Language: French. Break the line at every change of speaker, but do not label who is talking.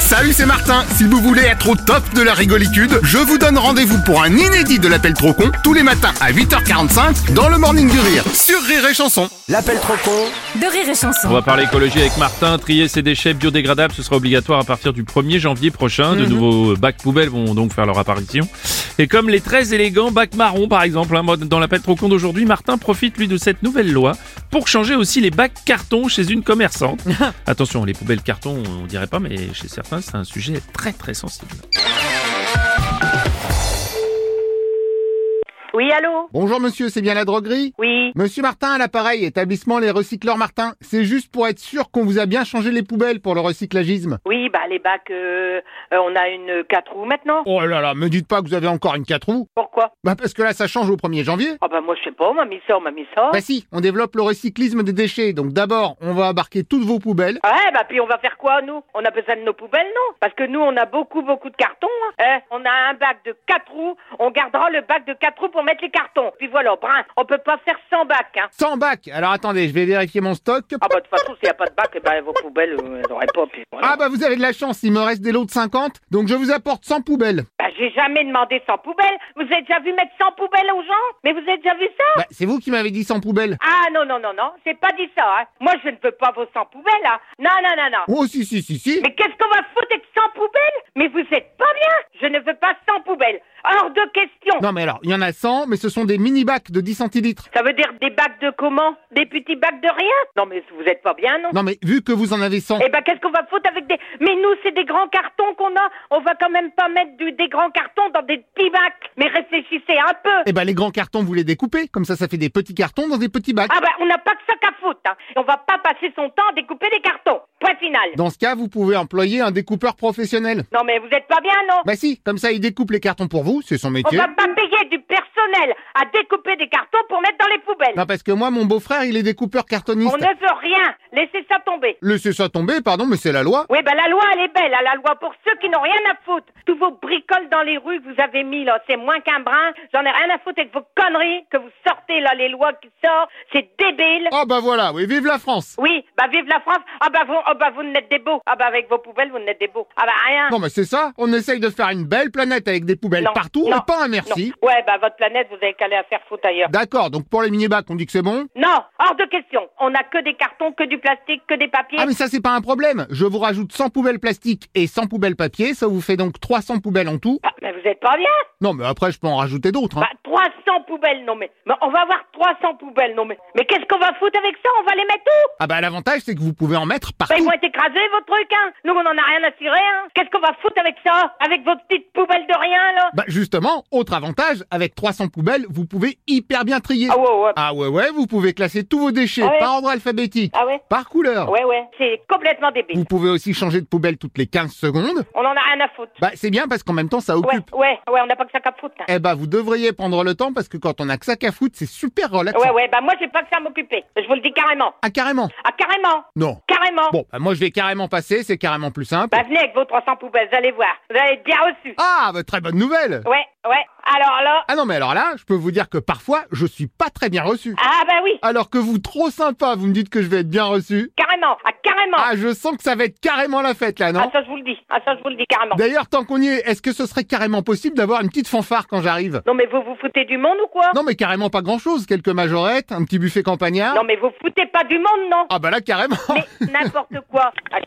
Salut, c'est Martin. Si vous voulez être au top de la rigolitude, je vous donne rendez-vous pour un inédit de l'appel trop con tous les matins à 8h45 dans le Morning du Rire sur Rire et Chanson.
L'appel trop con
de rire et chanson.
On va parler écologie avec Martin. Trier ses déchets biodégradables, ce sera obligatoire à partir du 1er janvier prochain. De nouveaux bacs poubelles vont donc faire leur apparition. Et comme les très élégants bacs marrons, par exemple, hein, mode dans la pète trop con d'aujourd'hui, Martin profite lui de cette nouvelle loi pour changer aussi les bacs carton chez une commerçante. Attention, les poubelles carton, on dirait pas, mais chez certains, c'est un sujet très très sensible.
Oui, allô
Bonjour monsieur, c'est bien la droguerie
Oui.
Monsieur Martin à l'appareil, établissement Les Recycleurs Martin. C'est juste pour être sûr qu'on vous a bien changé les poubelles pour le recyclagisme.
Oui, bah les bacs, euh, euh, on a une 4 roues maintenant.
Oh là là, me dites pas que vous avez encore une 4 roues.
Pourquoi
Bah parce que là ça change au 1er janvier.
Ah bah moi je sais pas, on m'a mis ça, on m'a mis ça.
Bah si, on développe le recyclisme des déchets. Donc d'abord, on va embarquer toutes vos poubelles.
Ouais, bah puis on va faire quoi nous On appelle ça de nos poubelles, non Parce que nous on a beaucoup beaucoup de cartons. hein. Hein, on a un bac de 4 roues, on gardera le bac de 4 roues pour mettre les cartons. Puis voilà, brin, on peut pas faire 100 bacs, hein.
100 bacs. Alors attendez, je vais vérifier mon stock.
Ah bah de toute façon, s'il y a pas de bac, eh ben vos poubelles, euh, elles auraient pas. Puis voilà.
Ah bah vous avez de la chance, il me reste des lots de 50, donc je vous apporte 100 poubelles.
Bah j'ai jamais demandé 100 poubelles. Vous avez déjà vu mettre 100 poubelles aux gens Mais vous avez déjà vu ça
Bah c'est vous qui m'avez dit 100 poubelles.
Ah non, non, non, non, j'ai pas dit ça, hein. Moi je ne veux pas vos 100 poubelles, hein. Non, non, non, non.
Oh si si si si.
Mais qu'est-ce qu'on va foutre avec 100 poubelles Mais vous êtes pas bien Je ne veux pas 100 poubelles Hors de question
Non mais alors, il y en a 100, mais ce sont des mini bacs de 10 centilitres.
Ça veut dire des bacs de comment Des petits bacs de rien Non mais vous êtes pas bien, non,
Non mais vu que vous en avez 100.
Eh ben qu'est-ce qu'on va foutre avec des... Mais nous, c'est des grands cartons qu'on a On va quand même pas mettre du- des grands cartons dans des petits bacs Mais réfléchissez un peu
Eh ben les grands cartons, vous les découpez, comme ça ça fait des petits cartons dans des petits bacs.
Ah ben, on n'a pas que ça qu'à foutre, hein. Et On va pas passer son temps à découper des cartons Point final
Dans ce cas, vous pouvez employer un découpeur professionnel.
Non mais vous êtes pas bien, non
Bah si, comme ça il découpe les cartons pour vous, c'est son
On
métier.
va pas payer du personnel à découper des cartons pour mettre dans les poubelles
Non parce que moi mon beau-frère, il est découpeur cartoniste.
On ne veut rien. Laissez ça tomber.
Laissez ça tomber, pardon, mais c'est la loi.
Oui, ben la loi, elle est belle, hein, la loi pour ceux qui n'ont rien à foutre. Tous vos bricoles dans les rues que vous avez mis, là, c'est moins qu'un brin. J'en ai rien à foutre avec vos conneries que vous sortez, là, les lois qui sortent. C'est débile.
Oh bah voilà, oui, vive la France
Oui, bah vive la France. Ah bah vous, ah bah vous n'êtes des beaux. Ah bah avec vos poubelles, vous n'êtes des beaux. Ah bah rien.
Non mais c'est ça, on essaye de faire une belle planète avec des poubelles
Non,
partout,
non,
mais pas un merci.
non. Ouais, bah votre planète, vous avez qu'à aller à faire foutre ailleurs.
D'accord, donc pour les mini-bacs, on dit que c'est bon
Non, hors de question. On n'a que des cartons, que du plastique, que des papiers.
Ah mais ça c'est pas un problème, je vous rajoute 100 poubelles plastiques et 100 poubelles papier, ça vous fait donc 300 poubelles en tout.
Ah, mais vous êtes pas bien.
Non mais après je peux en rajouter d'autres. Hein.
Bah, 300 poubelles, non mais, mais on va avoir 300 poubelles, non mais. Mais qu'est-ce qu'on va foutre avec ça On va les mettre où
Ah bah l'avantage c'est que vous pouvez en mettre
Bah, ils
partout.
vont être écrasés, vos trucs, hein Nous, on n'en a rien à tirer, hein Qu'est-ce qu'on va foutre avec ça Avec vos petites poubelles de rien, là
Bah justement, autre avantage, avec 300 poubelles, vous pouvez hyper bien trier.
Ah ouais, ouais.
Ah ouais ouais, vous pouvez classer tous vos déchets
Ah ouais.
par ordre alphabétique,
Ah ouais
par couleur.
Ouais, ouais. C'est complètement
Vous
débile.
pouvez aussi changer de poubelle toutes les 15 secondes.
On en a rien à foutre.
Bah c'est bien parce qu'en même temps ça
Ouais,
occupe.
ouais, ouais, on n'a pas que ça qu'à foutre. hein.
Eh bah vous devriez prendre le temps parce que quand on a que ça qu'à foutre, c'est super relaxant.
Ouais, ouais, bah moi, j'ai pas que ça à m'occuper. Je vous le dis carrément.
Ah carrément
Ah, carrément
Non.
Carrément
Bon, bah, moi je vais carrément passer, c'est carrément plus simple.
Bah, venez avec vos 300 poubelles, vous allez voir. Vous allez être bien reçus.
Ah, bah, très bonne nouvelle
Ouais, ouais. Alors là...
Ah non, mais alors là, je peux vous dire que parfois, je suis pas très bien reçu.
Ah, bah oui,
Alors que vous, trop sympa, vous me dites que je vais être bien reçu.
carrément. Ah, carrément.
Ah, je sens que ça va être carrément la fête, là,
Ah,
non
ça, je vous le dis. Ah, ça, je vous le dis carrément.
D'ailleurs, tant qu'on y est, est-ce que ce serait carrément possible d'avoir une petite fanfare quand j'arrive
Non mais vous vous foutez du monde ou quoi
Non, mais carrément pas grand-chose. Quelques majorettes, un petit buffet campagnard.
Non, mais vous foutez pas du monde non
Ah bah là, carrément
Mais n'importe quoi Allez.